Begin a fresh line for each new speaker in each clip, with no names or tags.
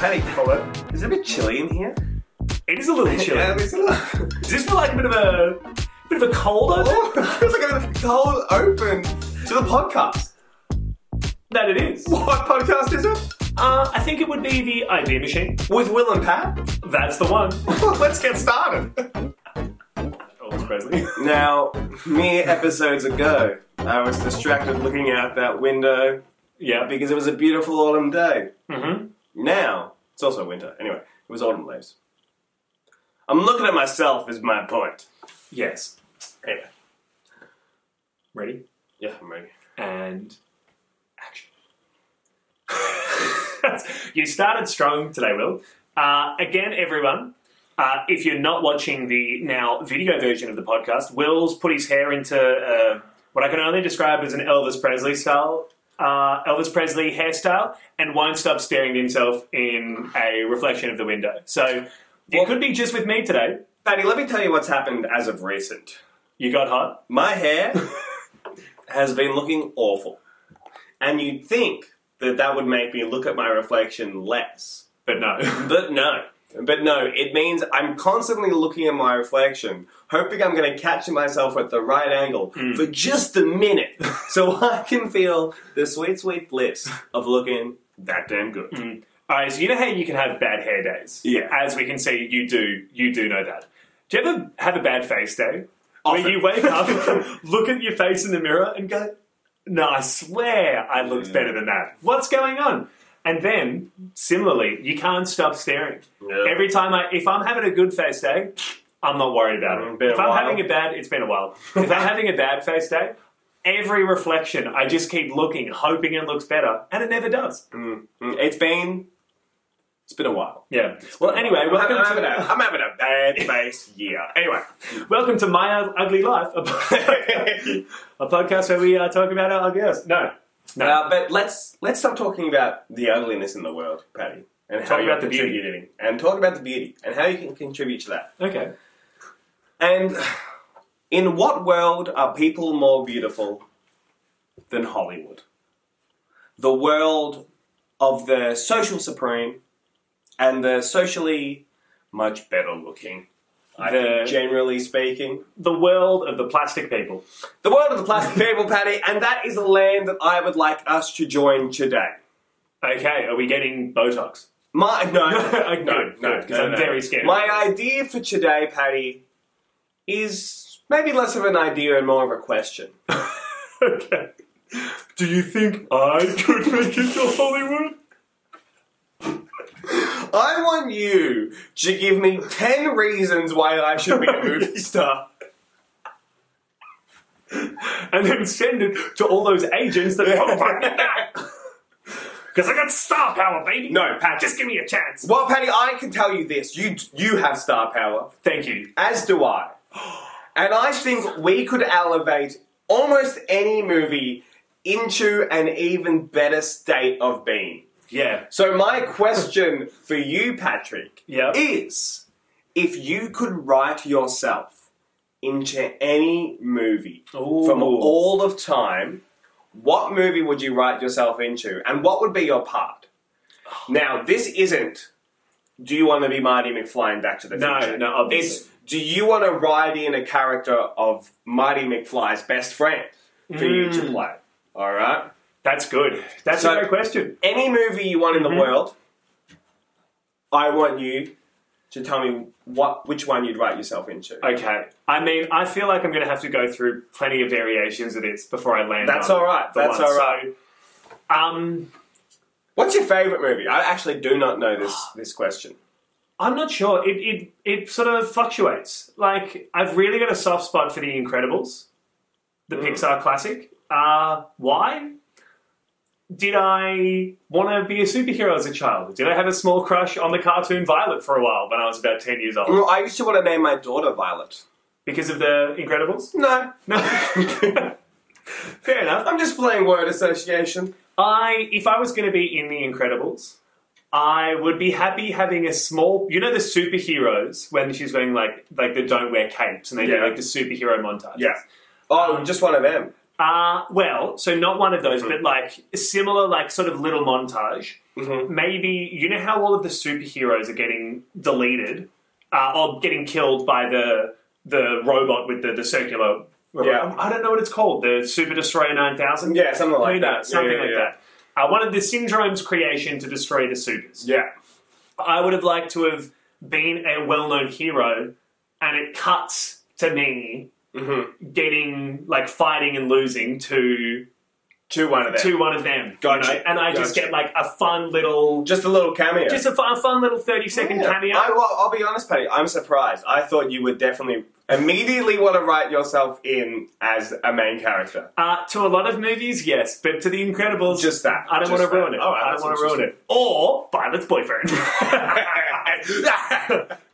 Penny Collar. Is it a bit chilly in here?
It is a little chilly.
Yeah, it's a little.
Does this feel like a bit of a bit of a cold open?
Oh, it feels like I'm in the cold open to the podcast.
That it is.
What podcast is it?
Uh, I think it would be the idea machine.
With Will and Pat?
That's the one.
Let's get started.
Elvis Presley.
Now, mere episodes ago, I was distracted looking out that window
yeah.
because it was a beautiful autumn day.
Mm-hmm.
Now, it's also winter. Anyway, it was autumn leaves. I'm looking at myself, is my point.
Yes.
Anyway,
Ready
yeah, I'm ready.
and action. you started strong today, Will. Uh, again, everyone. Uh, if you're not watching the now video version of the podcast, Will's put his hair into uh, what I can only describe as an Elvis Presley style, uh, Elvis Presley hairstyle, and won't stop staring at himself in a reflection of the window. So it could be just with me today.
Patty, let me tell you what's happened as of recent.
You got hot.
My hair has been looking awful. And you'd think that that would make me look at my reflection less.
But no.
But no. But no, it means I'm constantly looking at my reflection, hoping I'm going to catch myself at the right angle for just a minute so I can feel the sweet, sweet bliss of looking that damn good.
All right, so you know how you can have bad hair days.
Yeah.
As we can see, you do. You do know that. Do you ever have a bad face day
Often.
where you wake up, look at your face in the mirror, and go, "No, I swear I looked
Yeah.
better than that. What's going on?" And then, similarly, you can't stop staring.
Yeah.
Every time I, if I'm having a good face day, I'm not worried about
Mm,
it.
been
If
a
I'm
while.
having a bad, it's been a while. if I'm having a bad face day, every reflection, I just keep looking, hoping it looks better, and it never does.
Mm, It's been. It's been a while.
Yeah. Well, anyway,
I'm,
welcome
I'm,
to
having a, I'm having a bad face year.
Anyway, welcome to My Ugly Life, a, po- a podcast where we uh, talk about our ugly ass. No, no.
Uh, but let's let's stop talking about the ugliness in the world, Patty, and how
Talk
you're
about the beauty.
contributing, and talk about the beauty and how you can contribute to that.
okay.
And in what world are people more beautiful than Hollywood? The world of the social supreme and the socially much better looking. I
The-
think generally speaking,
The world of the plastic people.
the world of the plastic people, Patty, and that is a land that I would like us to join today.
Okay, are we getting Botox?
My no,
Okay,
no,
good,
no,
good, 'cause
no,
I'm
no.
very scared.
My idea for today, Patty, is maybe less of an idea and more of a question.
okay. Do you think I could make it to Hollywood?
I want you to give me ten reasons why I should be a movie star.
And then send it to all those agents that come back. Because I got star power, baby.
No, Pat.
just give me a chance.
Well, Patty, I can tell you this: you you have star power,
Thank you.
as do I, and I think we could elevate almost any movie into an even better state of being.
Yeah.
So my question for you, Patrick,
Yeah.
is if you could write yourself into any movie from
Ooh.
all of time, what movie would you write yourself into, and what would be your part? Now, this isn't. Do you want to be Marty McFly in Back to the
No,
Future?
no, obviously.
It's, do you want to ride in a character of Marty McFly's best friend for you
Mm.
to play? All right.
That's good. That's
So-
a great question.
any movie you want in the world, I want you to tell me what which one you'd write yourself into.
Okay. I mean, I feel like I'm going to have to go through plenty of variations of this before I land.
That's
on
all right.
the
That's
one.
all right.
So, um,
What's your favorite movie? I actually do not know this this question.
I'm not sure. It it it sort of fluctuates. Like I've really got a soft spot for The Incredibles, the
Mm.
Pixar classic. Uh, why? Did I want to be a superhero as a child? Did I have a small crush on the cartoon Violet for a while when I was about ten years old
Well, I used to want to name my daughter Violet.
because of The Incredibles?
No,
No. Fair enough.
I'm just playing word association.
I, if I was going to be in The Incredibles, I would be happy having a small. You know the superheroes when she's wearing like like they don't wear capes and they do
Yeah.
like the superhero montage.
Oh, just one of them.
Uh, well, so not one of those,
Mhm.
but like similar, like sort of little montage.
Mhm.
Maybe you know how all of the superheroes are getting deleted uh, or getting killed by the the robot with the, the circular.
Yeah.
I don't know what it's called. The Super Destroyer Nine Thousand.
Yeah, something like
Maybe
that.
Something
Yeah, yeah,
like
yeah.
that. Uh, one of the syndrome's creation to destroy the supers.
Yeah.
I would have liked to have been a well known hero, and it cuts to me
Mhm.
getting like fighting and losing to
To one of them.
to one of them. you
Gotcha.
know? And I just
Gotcha.
get like a fun little,
Just a little cameo.
just a fun, a fun little thirty second
Yeah.
cameo.
I, well, I'll be honest, Paddy. I'm surprised. I thought you would definitely immediately want to write yourself in as a main character.
Uh, to a lot of movies, yes, but to The Incredibles,
Just that.
I don't
Just
want to
that.
ruin it.
All right,
I don't
that's
want to ruin it. Or Violet's boyfriend,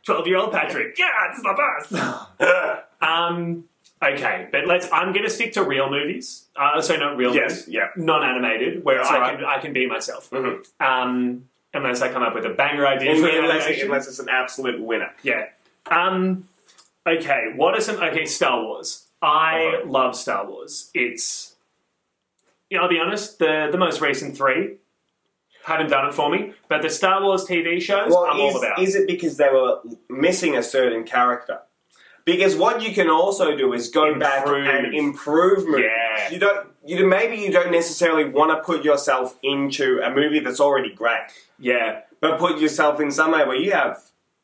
twelve year old Patrick. Yeah, it's the best. Um, okay, but let's. I'm going to stick to real movies. Uh, so not real
yes. Yeah.
non-animated, where
That's
I
alright.
can I can be myself.
Mhm.
Um, unless I come up with a banger idea for
Unless,
animation.
unless it's an absolute winner.
Yeah. Um, okay. What are some? Okay, Star Wars. I
Uh-huh.
love Star Wars. It's. Yeah, I'll be honest. The the most recent three haven't done it for me, but the Star Wars TV shows I'm
is,
all about.
is it because they were missing a certain character? Because what you can also do is go back
Improve.
and improve movies.
Yeah.
You don't. You maybe you don't necessarily want to put yourself into a movie that's already great,
yeah.
but put yourself in somewhere where you have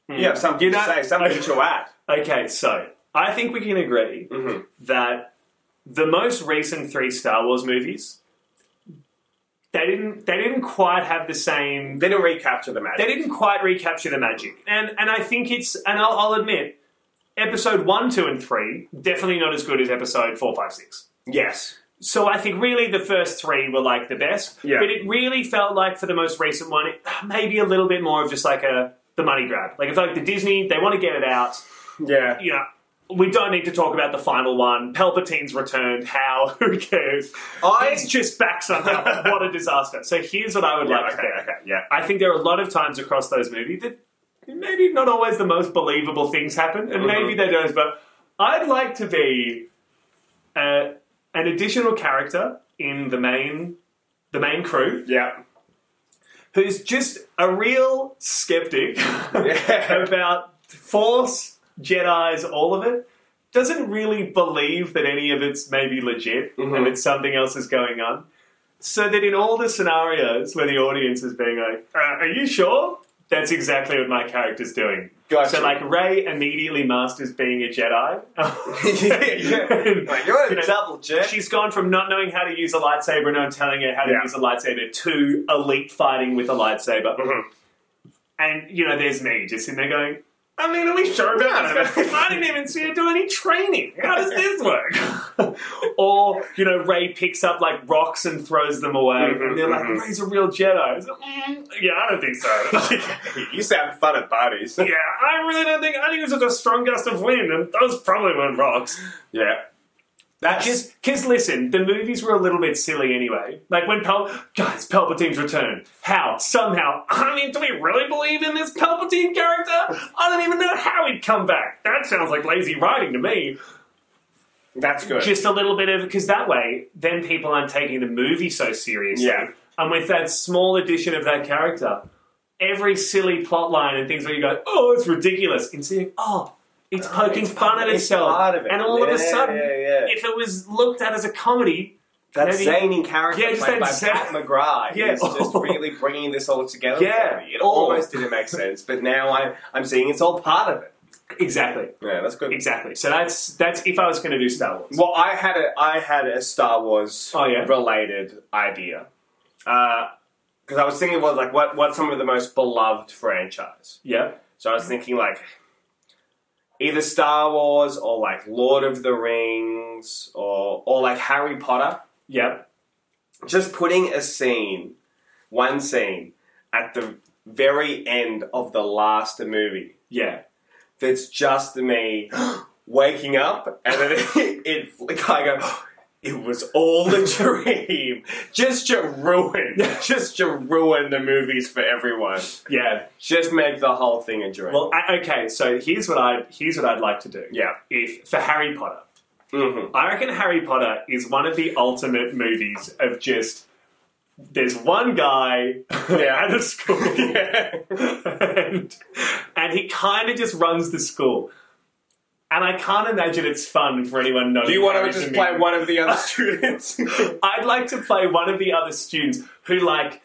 Hmm. you have something
You
to
know-
say, something to add.
Okay, so I think we can agree
Mhm.
that the most recent three Star Wars movies they didn't they didn't quite have the same
They didn't recapture the
they
magic.
didn't quite recapture the magic. And and I think it's and I'll, I'll admit, episode one, two, and three definitely not as good as episode four, five, six.
Yes.
So I think really the first three were like the best.
Yeah.
But it really felt like for the most recent one, it, maybe a little bit more of just like a the money grab. Like it's like the Disney, they want to get it out.
Yeah.
You know, we don't need to talk about the final one. Palpatine's returned. How? Who cares?
I-
He's just back somehow. what a disaster. So here's what I would
Yeah,
like to
okay,
do.
okay, yeah.
I think there are a lot of times across those movies that maybe not always the most believable things happen,
Mm-hmm.
and maybe they don't. But I'd like to be uh, an additional character in the main the main crew
Yeah.
who's just a real skeptic
Yeah.
about Force, Jedi's, all of it. Doesn't really believe that any of it's maybe legit
Mm-hmm.
and that something else is going on. So that in all the scenarios where the audience is being like, uh, "Are you sure?" That's exactly what my character's doing.
Gotcha.
So like Ray immediately masters being a Jedi.
Like, you're
You
in
know,
double jet.
She's gone from not knowing how to use a lightsaber and I'm telling her how to
Yeah.
use a lightsaber to elite fighting with a lightsaber.
Mhm.
And, you know, there's me just sitting there going, I mean, are we sure about
No, no,
this?
no.
I didn't even see her do any training. How does this work? or, you know, Ray picks up like rocks and throws them away.
Mhm,
and they're like,
mhm.
Ray's a real Jedi. It's like, "Mm, yeah, I don't think so.
You sound fun at parties.
yeah, I really don't think, I think it was just a strong gust of wind and those probably weren't rocks.
Yeah. That's
Because, listen, the movies were a little bit silly anyway. Like when Pal, guys, Palpatine's return. How? Somehow? I mean, do we really believe in this Palpatine character? I don't even know how he'd come back. That sounds like lazy writing to me.
that's good.
Just a little bit of because that way, then people aren't taking the movie so seriously.
Yeah.
And with that small addition of that character, every silly plot line and things where you go, oh, it's ridiculous, and seeing, oh, it's poking
It's
fun at
it's
itself.
part of it.
And all of
Yeah,
a sudden,
yeah, yeah.
if it was looked at as a comedy,
that
maybe-
zany character
Yeah, just
played
that
by
zany-
Pat McGrath
Yeah.
is just really bringing this all together.
Yeah.
for me. it
Oh.
almost didn't make sense, but now I, I'm seeing it's all part of it.
Exactly.
Yeah, that's good.
Exactly. So that's that's if I was going to do Star Wars.
Well, I had a I had a Star Wars
Oh, yeah?
related idea because I was thinking about like what what's some of the most beloved franchise.
Yeah.
So I was thinking like either Star Wars or like Lord of the Rings or or like Harry Potter.
Yeah.
Just putting a scene, one scene at the very end of the last movie
Yeah.
that's just me waking up and then it, it like I go, it was all a dream. Just to ruin, just to ruin the movies for everyone.
Yeah.
Just make the whole thing a dream.
Well, I, okay. So here's what I here's what I'd like to do.
yeah. Mm-hmm.
If for Harry Potter,
Mhm.
I reckon Harry Potter is one of the ultimate movies of just there's one guy
Yeah.
at a school, and, and he kind of just runs the school. And I can't imagine it's fun for anyone not.
Do you want to
Harry's
just
in
play
me.
one of the other students?
I'd like to play one of the other students who like.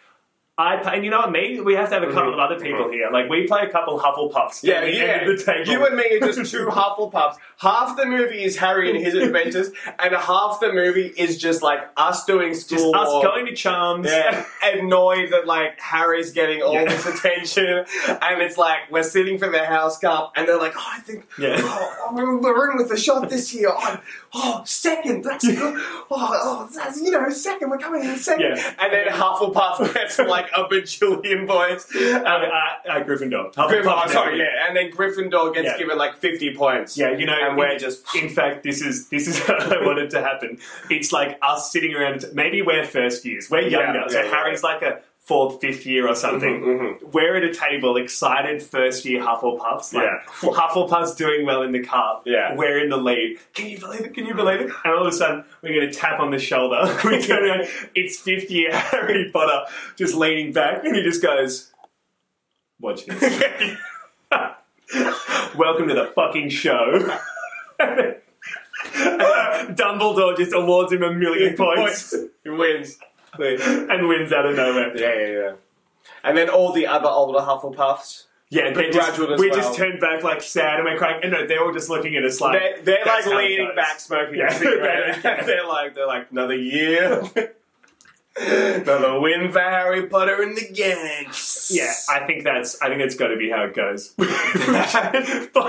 I play, and you know what? Me, we have to have a couple of other people here. Like we play a couple Hufflepuffs.
yeah,
at the
yeah.
End of the table.
You and me are just two Hufflepuffs. Half the movie is Harry and his adventures, and half the movie is just like us doing
just
school.
us
or-
going to Charms.
Yeah, annoyed that like Harry's getting all
Yeah.
this attention, and it's like we're sitting for the house cup, and they're like, "Oh, I think
Yeah.
oh, we're, we're in with a shot this year. Oh, oh, second, that's good. Oh, oh, that's you know, second, we're coming in second.
Yeah.
And then Hufflepuff gets like a bajillion points.
Uh, uh, uh, Gryffindor. Hufflepuff
Gryffindor,
never
sorry,
wins.
yeah, and then Gryffindor gets
Yeah.
given like fifty points.
Yeah, you know,
and we're just
In fact, this is this is how I want it to happen. It's like us sitting around. Maybe we're first years. We're
Yeah,
younger. so
yeah, Mm-hmm, yeah.
Harry's like a fourth, fifth year or something. We're at a table, excited first year Hufflepuffs. Like,
Yeah.
Hufflepuffs doing well in the cup.
Yeah.
We're in the lead. Can you believe it? Can you believe it? And all of a sudden, we're going to tap on the shoulder. we turn around. It's fifth year Harry Potter just leaning back, and he just goes, "Watch this." welcome to the fucking show. And Dumbledore just awards him a million points
He wins. yeah,
and wins out of nowhere.
yeah, yeah. And then all the other older Hufflepuffs.
Yeah, they just,
graduate as
we
well.
just turned back like sad and we're crying. And no, they're all just looking at us like
They're, they're
That's
like
how it
leaning
goes.
back, smoking
Yeah.
a cigarette. they're like, they're like, another year, another win for Harry Potter and the gangs.
Yeah, I think that's I think that's got to be how it goes. By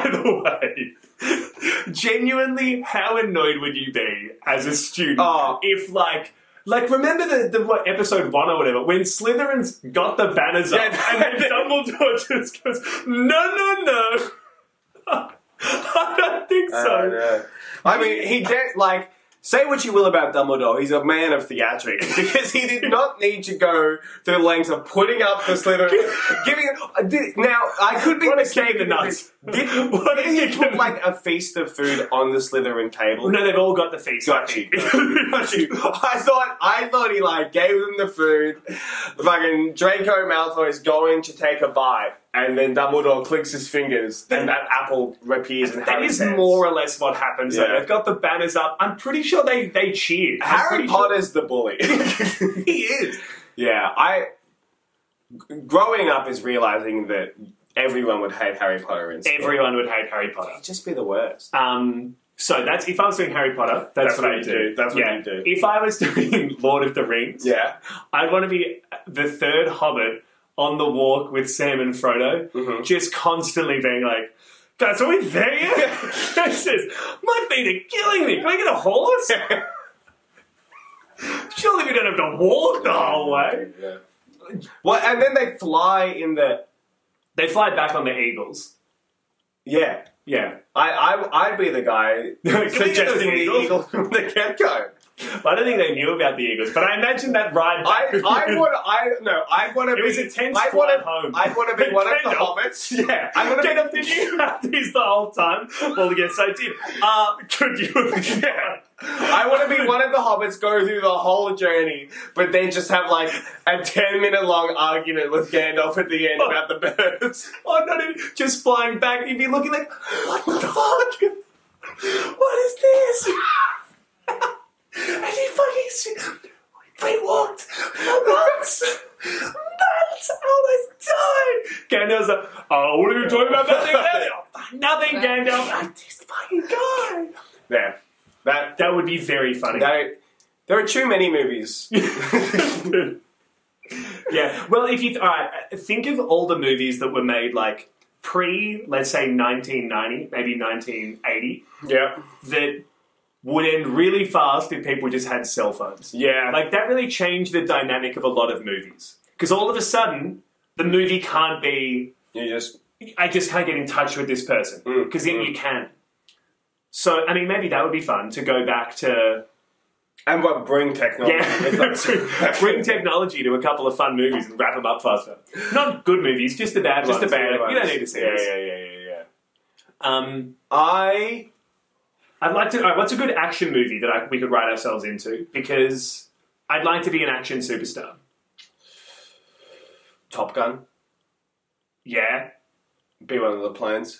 the way, genuinely, how annoyed would you be as a student
Oh.
if like like remember the, the what episode one or whatever when Slytherin's got the banners up
Yeah.
and then Dumbledore just goes no no no. I don't think
I
so.
know. I mean, he did like. Say what you will about Dumbledore, he's a man of theatrics because he did not need to go to the lengths of putting up the Slytherin, giving. I did- Now I could be
What a kick
mistaken.
in the nuts.
Did,
What a
did he
kick in
put
the-
like a feast of food on the Slytherin table?
No, they've all got the feast. I
Got you.
think.
Got you. I thought I thought he like gave them the food. Fucking Draco Malfoy is going to take a bite, and then Dumbledore clicks his fingers, and that apple appears in
That
Harry's
is
hands.
more or less what happens. though.
Yeah.
They've got the banners up. I'm pretty sure they they cheered. I'm
Harry
pretty sure-
Potter's the bully.
he is.
yeah, I. g- Growing up is realizing that everyone would hate Harry Potter and school.
Everyone would hate Harry Potter.
He'd just be the worst.
Um, so that's if I was doing Harry Potter, that's,
That's
what
what
I
you
do.
do. That's what
yeah.
you do.
If I was doing Lord of the Rings,
Yeah.
I'd want to be the third Hobbit on the walk with Sam and Frodo,
Mm-hmm.
just constantly being like. Guys, are we there yet? this is, my feet are killing me. Can I get a horse? Surely we don't have to walk the whole way.
Yeah. Oh, Well, and then they fly in the.
They fly back on the Eagles.
Yeah.
Yeah.
I, I, I'd be the guy suggesting the
Eagles.
eagle from the get go.
I don't think they knew about the Eagles, but I imagine that ride.
I,
back-
I want I no I want to
It
be
was a tense
I
flight
want to
home.
I want to be one of the
Kendall.
hobbits.
Yeah,
I wanna
Get
be-
up, did you have these the whole time? Well, yes, I did. Uh, could you? yeah.
I want to be one of the hobbits, go through the whole journey, but then just have like a ten minute long argument with Gandalf at the end about the birds.
Oh, not even just flying back. You'd be looking like, what the fuck? What is this? Have you fucking seen? They walked for months, months. Oh I almost died. Gandalf's like, oh, what are you talking about? Nothing, Gandalf. Nothing, Gandalf. I just fucking guy.
Yeah, that
That would be very funny.
that there are too many movies.
yeah. Well, if you th- all right, uh, think of all the movies that were made like pre, let's say 1990, maybe 1980,
yeah,
that would end really fast if people just had cell phones.
yeah,
Like that really changed the dynamic of a lot of movies because all of a sudden the movie can't be
you just
I just can't get in touch with this person
Mm,
because then you can. So I mean, maybe that would be fun to go back to
and what bring technology?
yeah,
Oh, It's like-
bring technology to a couple of fun movies and wrap them up faster. Not good movies, just the bad
just
ones.
a bad.
You don't need to see
yeah,
this.
yeah, yeah, yeah, yeah.
Um,
I
I'd like to. All right, what's a good action movie that I, we could write ourselves into? Because I'd like to be an action superstar.
Top Gun.
Yeah,
Be one of the plans.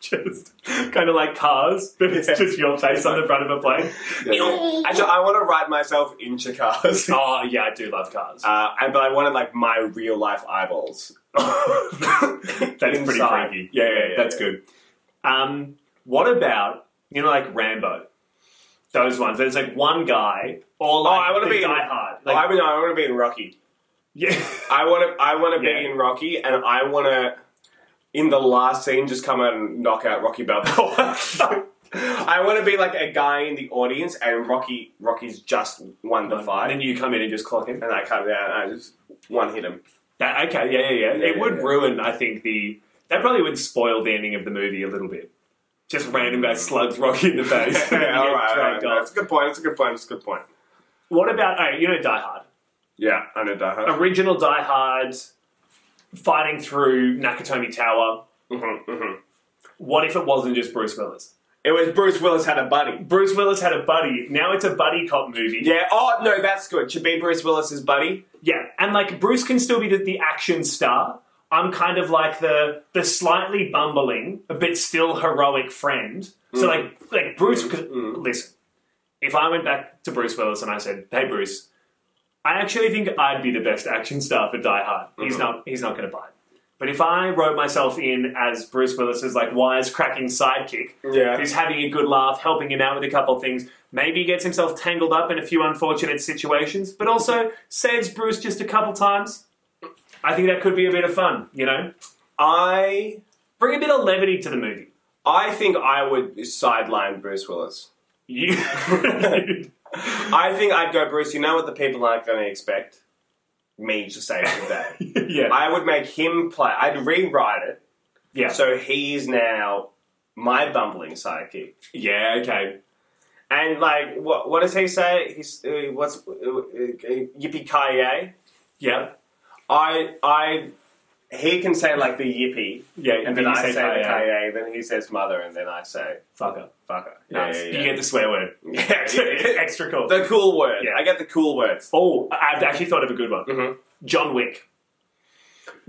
just kind of like cars, but it's
Yeah.
just your face on the front of a plane.
Actually, I want to write myself into cars.
Oh yeah, I do love cars.
Uh, and but I wanted like my real life eyeballs.
That's pretty
Uh, Inside.
freaky. Yeah, yeah, yeah that's good. Um, what about you know like Rambo? Those ones. There's like one guy or like
Oh, I wanna
the
be in-
Die Hard.
Oh,
Like,
I mean, I want to be in Rocky.
yeah,
I want to. I want to
Yeah.
be in Rocky, and I want to. In the last scene, just come out and knock out Rocky Balboa. I want to be like a guy in the audience, and Rocky. Rocky's just won the
and
fight,
then you come in and just clock in.
and I come down and I just one hit him.
That, okay, yeah, yeah, yeah.
Yeah,
it
yeah,
would
yeah.
ruin, I think, the. That probably would spoil the ending of the movie a little bit. Just random guy slugs Rocky in the face.
Yeah,
and you get
all right, all right,
dragged
no,
off.
That's a good point. That's a good point. That's a good point.
What about, oh, you know, Die Hard?
Yeah, I know that. Huh?
Original Die Hard, fighting through Nakatomi Tower.
Mhm, mhm.
What if it wasn't just Bruce Willis?
It was Bruce Willis had a buddy.
Bruce Willis had a buddy. Now it's a buddy cop movie.
Yeah. Oh no, that's good. Should be Bruce Willis's buddy.
Yeah, and like Bruce can still be the, the action star. I'm kind of like the the slightly bumbling but still heroic friend. So like like Bruce, 'cause- listen, if I went back to Bruce Willis and I said, "Hey Bruce, I actually think I'd be the best action star for Die Hard."
Mm-hmm.
He's not he's not going to buy it. But if I wrote myself in as Bruce Willis's like wisecracking sidekick,
Yeah.
who's having a good laugh, helping him out with a couple of things. Maybe he gets himself tangled up in a few unfortunate situations, but also saves Bruce just a couple times. I think that could be a bit of fun, you know?
I
Bring a bit of levity to the movie.
I think I would sideline Bruce Willis.
You,
I think I'd go, Bruce, you know what the people aren't going to expect? Me to save the day.
yeah,
I would make him play, I'd rewrite it
yeah,
so he's now my bumbling sidekick.
yeah. Okay,
And, like, what, what does he say? He's, uh, what's, uh, uh, yippee ki yay?
yeah,
I, I, he can say, like, the yippee,
yeah.
and then I say, the ki then he says mother, and then I say,
Fucker.
fucker.
Nice. You get the swear word.
Yeah, yeah, yeah.
Extra cool.
The cool word.
Yeah. Mm-hmm.
I get the cool words.
Oh, I've actually thought of a good one.
Mhm.
John Wick.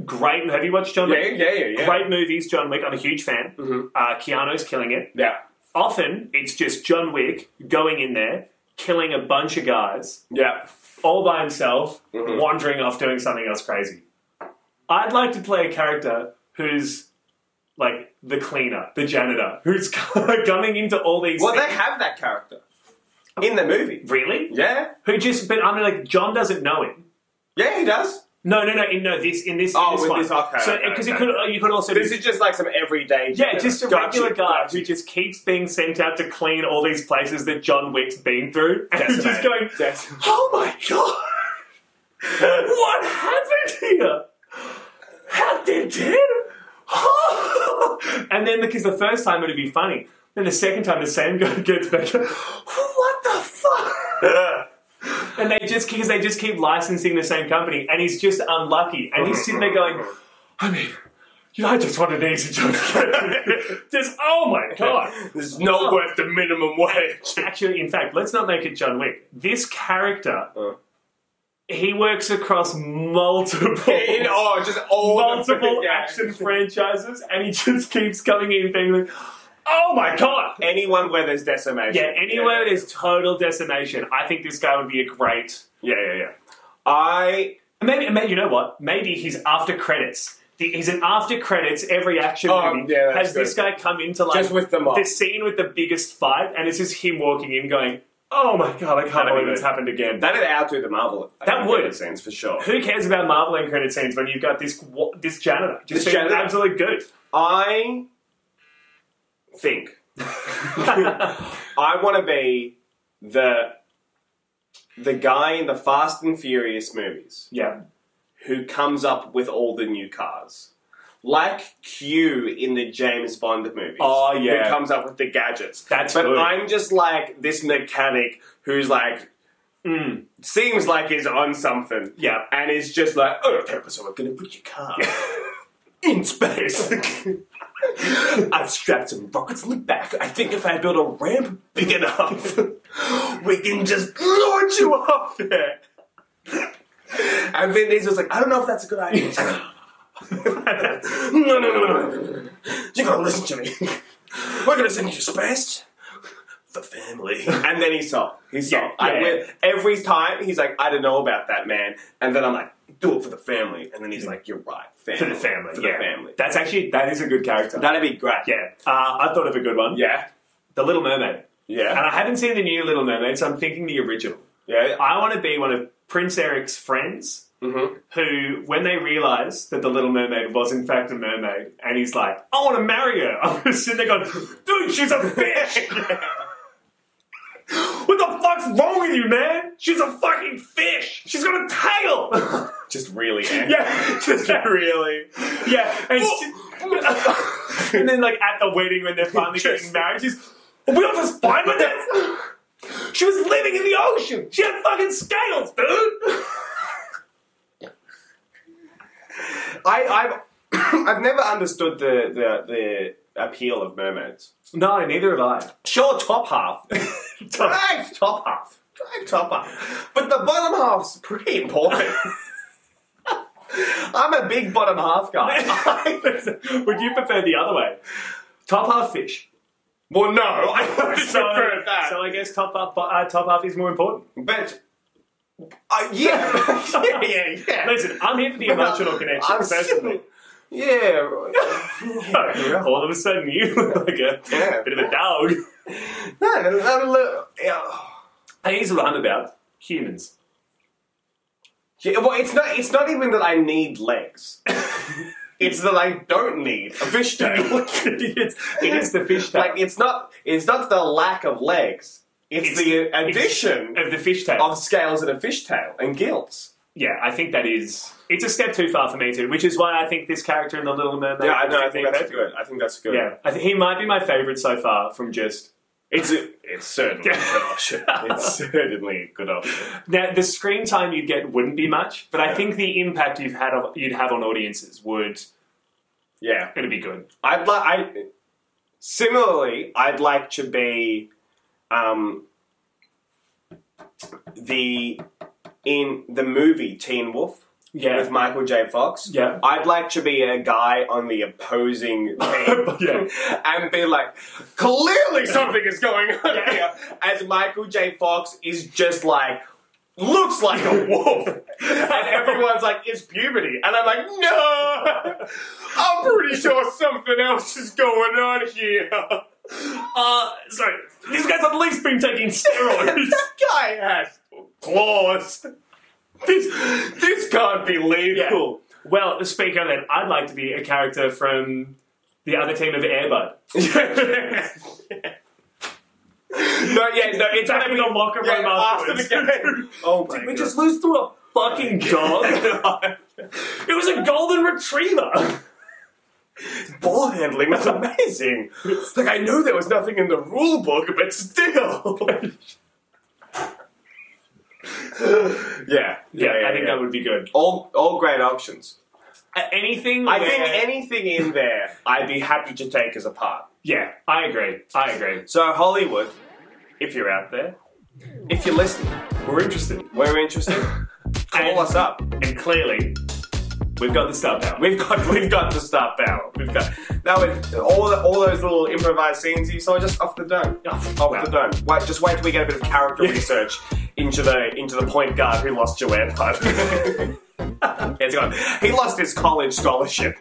Great. Have you watched John
Yeah,
Wick?
yeah, yeah, yeah.
Great movies, John Wick. I'm a huge fan.
Mhm.
Uh, Keanu's killing it.
Yeah.
Often it's just John Wick going in there, killing a bunch of guys
Yeah.
all by himself,
Mm-hmm.
wandering off doing something else crazy. I'd like to play a character who's like the cleaner, the janitor, who's coming into all these.
Well,
things.
they have that character in the movie.
really?
Yeah,
Who just? But I mean, like John doesn't know him.
yeah, he does.
No, no, no. In no, this in this.
Oh,
in this
with
one.
this- okay,
so
okay,
because
okay.
you could you could also
This
be,
is just like some everyday.
yeah, just a
Gotcha,
regular guy
gotcha.
who just keeps being sent out to clean all these places that John Wick's been through, and he's just
Decimated.
going,
Decimated.
"Oh my god, what happened here? How did him?" and then because the first time it'd be funny, then the second time the same guy gets back, "What the fuck?" And they just because they just keep licensing the same company, and he's just unlucky, and he's sitting there going, "I mean, yeah, I just want an easy job." just oh my god,
There's
Oh.
no worth the minimum wage.
Actually, in fact, let's not make it John Wick. This character,
Uh.
he works across multiple.
In oh, just all the,
Multiple
yeah.
action franchises, and he just keeps coming in being like, "Oh my god!"
Anyone where there's decimation.
Yeah, anywhere there's total decimation, I think this guy would be a great.
Yeah, yeah, yeah. I
Maybe, maybe you know what? Maybe he's after credits. The- He's an after credits. Every action
Oh,
movie
yeah, that's
has this guy come into like
just with the mob.
the scene with the biggest fight, and it's just him walking in, going, "Oh my god, I
That'd
can't
be
believe it's
good.
happened again."
That'd outdo the Marvel. I
That
think,
would.
in a sense for sure.
Who cares about Marvel and credit scenes when you've got this wa- this janitor just
This
being an
janitor.
absolute good?
I think I want to be the the guy in the Fast and Furious movies
yeah,
who comes up with all the new cars. Like Q in the James Bond movies.
Oh, yeah.
Who comes up with the gadgets.
That's
But
good.
I'm just like this mechanic who's like, hmm,
Mm.
seems like he's on something.
yeah.
And is just like, oh, okay, so we're going to put your car in space. I've strapped some rockets in the back. I think if I build a ramp big enough, we can just launch you up there. And Vin Diesel's like, I don't know if that's a good idea. He's like, no, no, no, no, no, no, no. You gotta listen to me. We're gonna send you to space. The family. And then he's soft. He's
Yeah,
soft. I
yeah.
win. Every time he's like, I don't know about that, man. And then I'm like, do it for the family. And then he's like, you're right. Family.
For the family.
For
yeah.
the family.
That's actually, that is a good character.
That'd be great.
yeah. Uh, I thought of a good one.
Yeah.
The Little Mermaid. And
Yeah.
I haven't seen the new Little Mermaid, so I'm thinking the original.
Yeah.
I want to be one of Prince Eric's friends
Mm-hmm.
who, when they realize that the Little Mermaid was in fact a mermaid, and he's like, I want to marry her. I'm just sitting there going, dude, she's a fish.
Mm-hmm.
what the fuck's wrong with you, man? She's a fucking fish. She's got a tail.
Just really.
yeah, just really. Yeah, and, she- and then like at the wedding when they're finally getting
Just-
married, she's, are we on the spine with this? She was living in the ocean. She had fucking scales, dude.
I, I've, I've never understood the, the, the appeal of mermaids.
No, neither have I.
Sure, top half. Drive top half. Drive top half. But the bottom half's pretty important. I'm a big bottom half guy.
Would you prefer the other way? Top half fish.
well, no, I would
So,
prefer that.
so I guess top half, uh, top half is more important.
but, uh, yeah. yeah, yeah, yeah.
Listen, I'm here for the emotional connection,
I'm still-
personally.
yeah.
All of a sudden, you look like a
Yeah.
bit of a dog.
No, no, no, no, yeah.
Here's what I'm about: humans.
Yeah, well, it's not. It's not even that I need legs. it's that I don't need a fish tank.
it's, it is the fish
like
tank
it's not. It's not the lack of legs. It's,
It's-
the addition
of the fish tank.
of scales and a fishtail and gills.
yeah, I think that is. It's a step too far for me too, which is why I think this character in the Little Mermaid. perfect.
good. I think that's good.
Yeah, I think he might be my favorite so far from just
It's a, it's certainly a good option. It's certainly a good option.
Now, the screen time you'd get wouldn't be much, but I think the impact you've had of, you'd have on audiences would
Yeah,
it'd be good.
I'd like. I similarly, I'd like to be, um, the in the movie Teen Wolf
Yeah,
with Michael J. Fox.
yeah,
I'd like to be a guy on the opposing team
Yeah.
and be like, clearly something is going on
Yeah.
here. As Michael J. Fox is just like, looks like a wolf. and everyone's like, it's puberty. And I'm like, no, I'm pretty sure something else is going on here.
Uh, sorry, these guys at least been taking steroids.
that guy has claws. This, this can't be legal.
cool. Well, speaking of that, I'd like to be a character from the other team of Airbud.
No, yeah, no, it's
It's
gonna
back
be
in the locker room
Yeah, after
afterwards.
the game. Oh my
we just lose to a fucking dog. it was a golden retriever.
ball handling was amazing. like I knew there was nothing in the rule book, but still. yeah, yeah,
Yeah, I think that would be good.
all all great options.
Uh, Anything?
I think
where-
anything in there, I'd be happy to take as a part.
Yeah, I agree. I agree.
So Hollywood, if you're out there, if you're listening,
We're interested.
we're interested. Call
And-
us up.
And clearly, we've got the stuff out.
We've got we've got the stuff power. We've got now with all the, all those little improvised scenes you saw just off the dome.
Oh,
Off
wow.
the dome. Wait, just wait till we get a bit of character
Yeah.
research into the into the point guard who lost Joanne Hart. It's gone. He lost his college scholarship.